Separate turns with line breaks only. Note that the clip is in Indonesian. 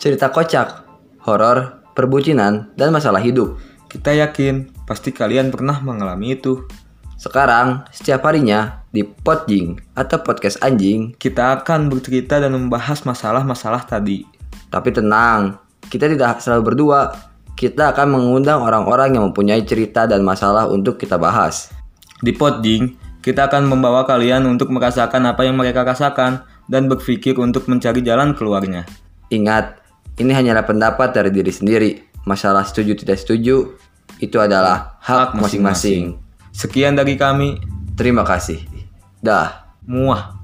cerita kocak, horor, perbucinan, dan masalah hidup.
Kita yakin pasti kalian pernah mengalami itu.
Sekarang, setiap harinya di Podjing atau Podcast Anjing,
Kita akan bercerita dan membahas masalah-masalah tadi.
tapi tenang, kita tidak selalu berdua. Kita akan mengundang orang-orang yang mempunyai cerita dan masalah untuk kita bahas.
Di Podjing, kita akan membawa kalian untuk merasakan apa yang mereka rasakan dan berpikir untuk mencari jalan keluarnya.
Ingat, ini hanyalah pendapat dari diri sendiri. Masalah setuju tidak setuju itu adalah hak
Hak masing-masing.
masing-masing.
Sekian dari kami.
Terima kasih. Dah.
Muah.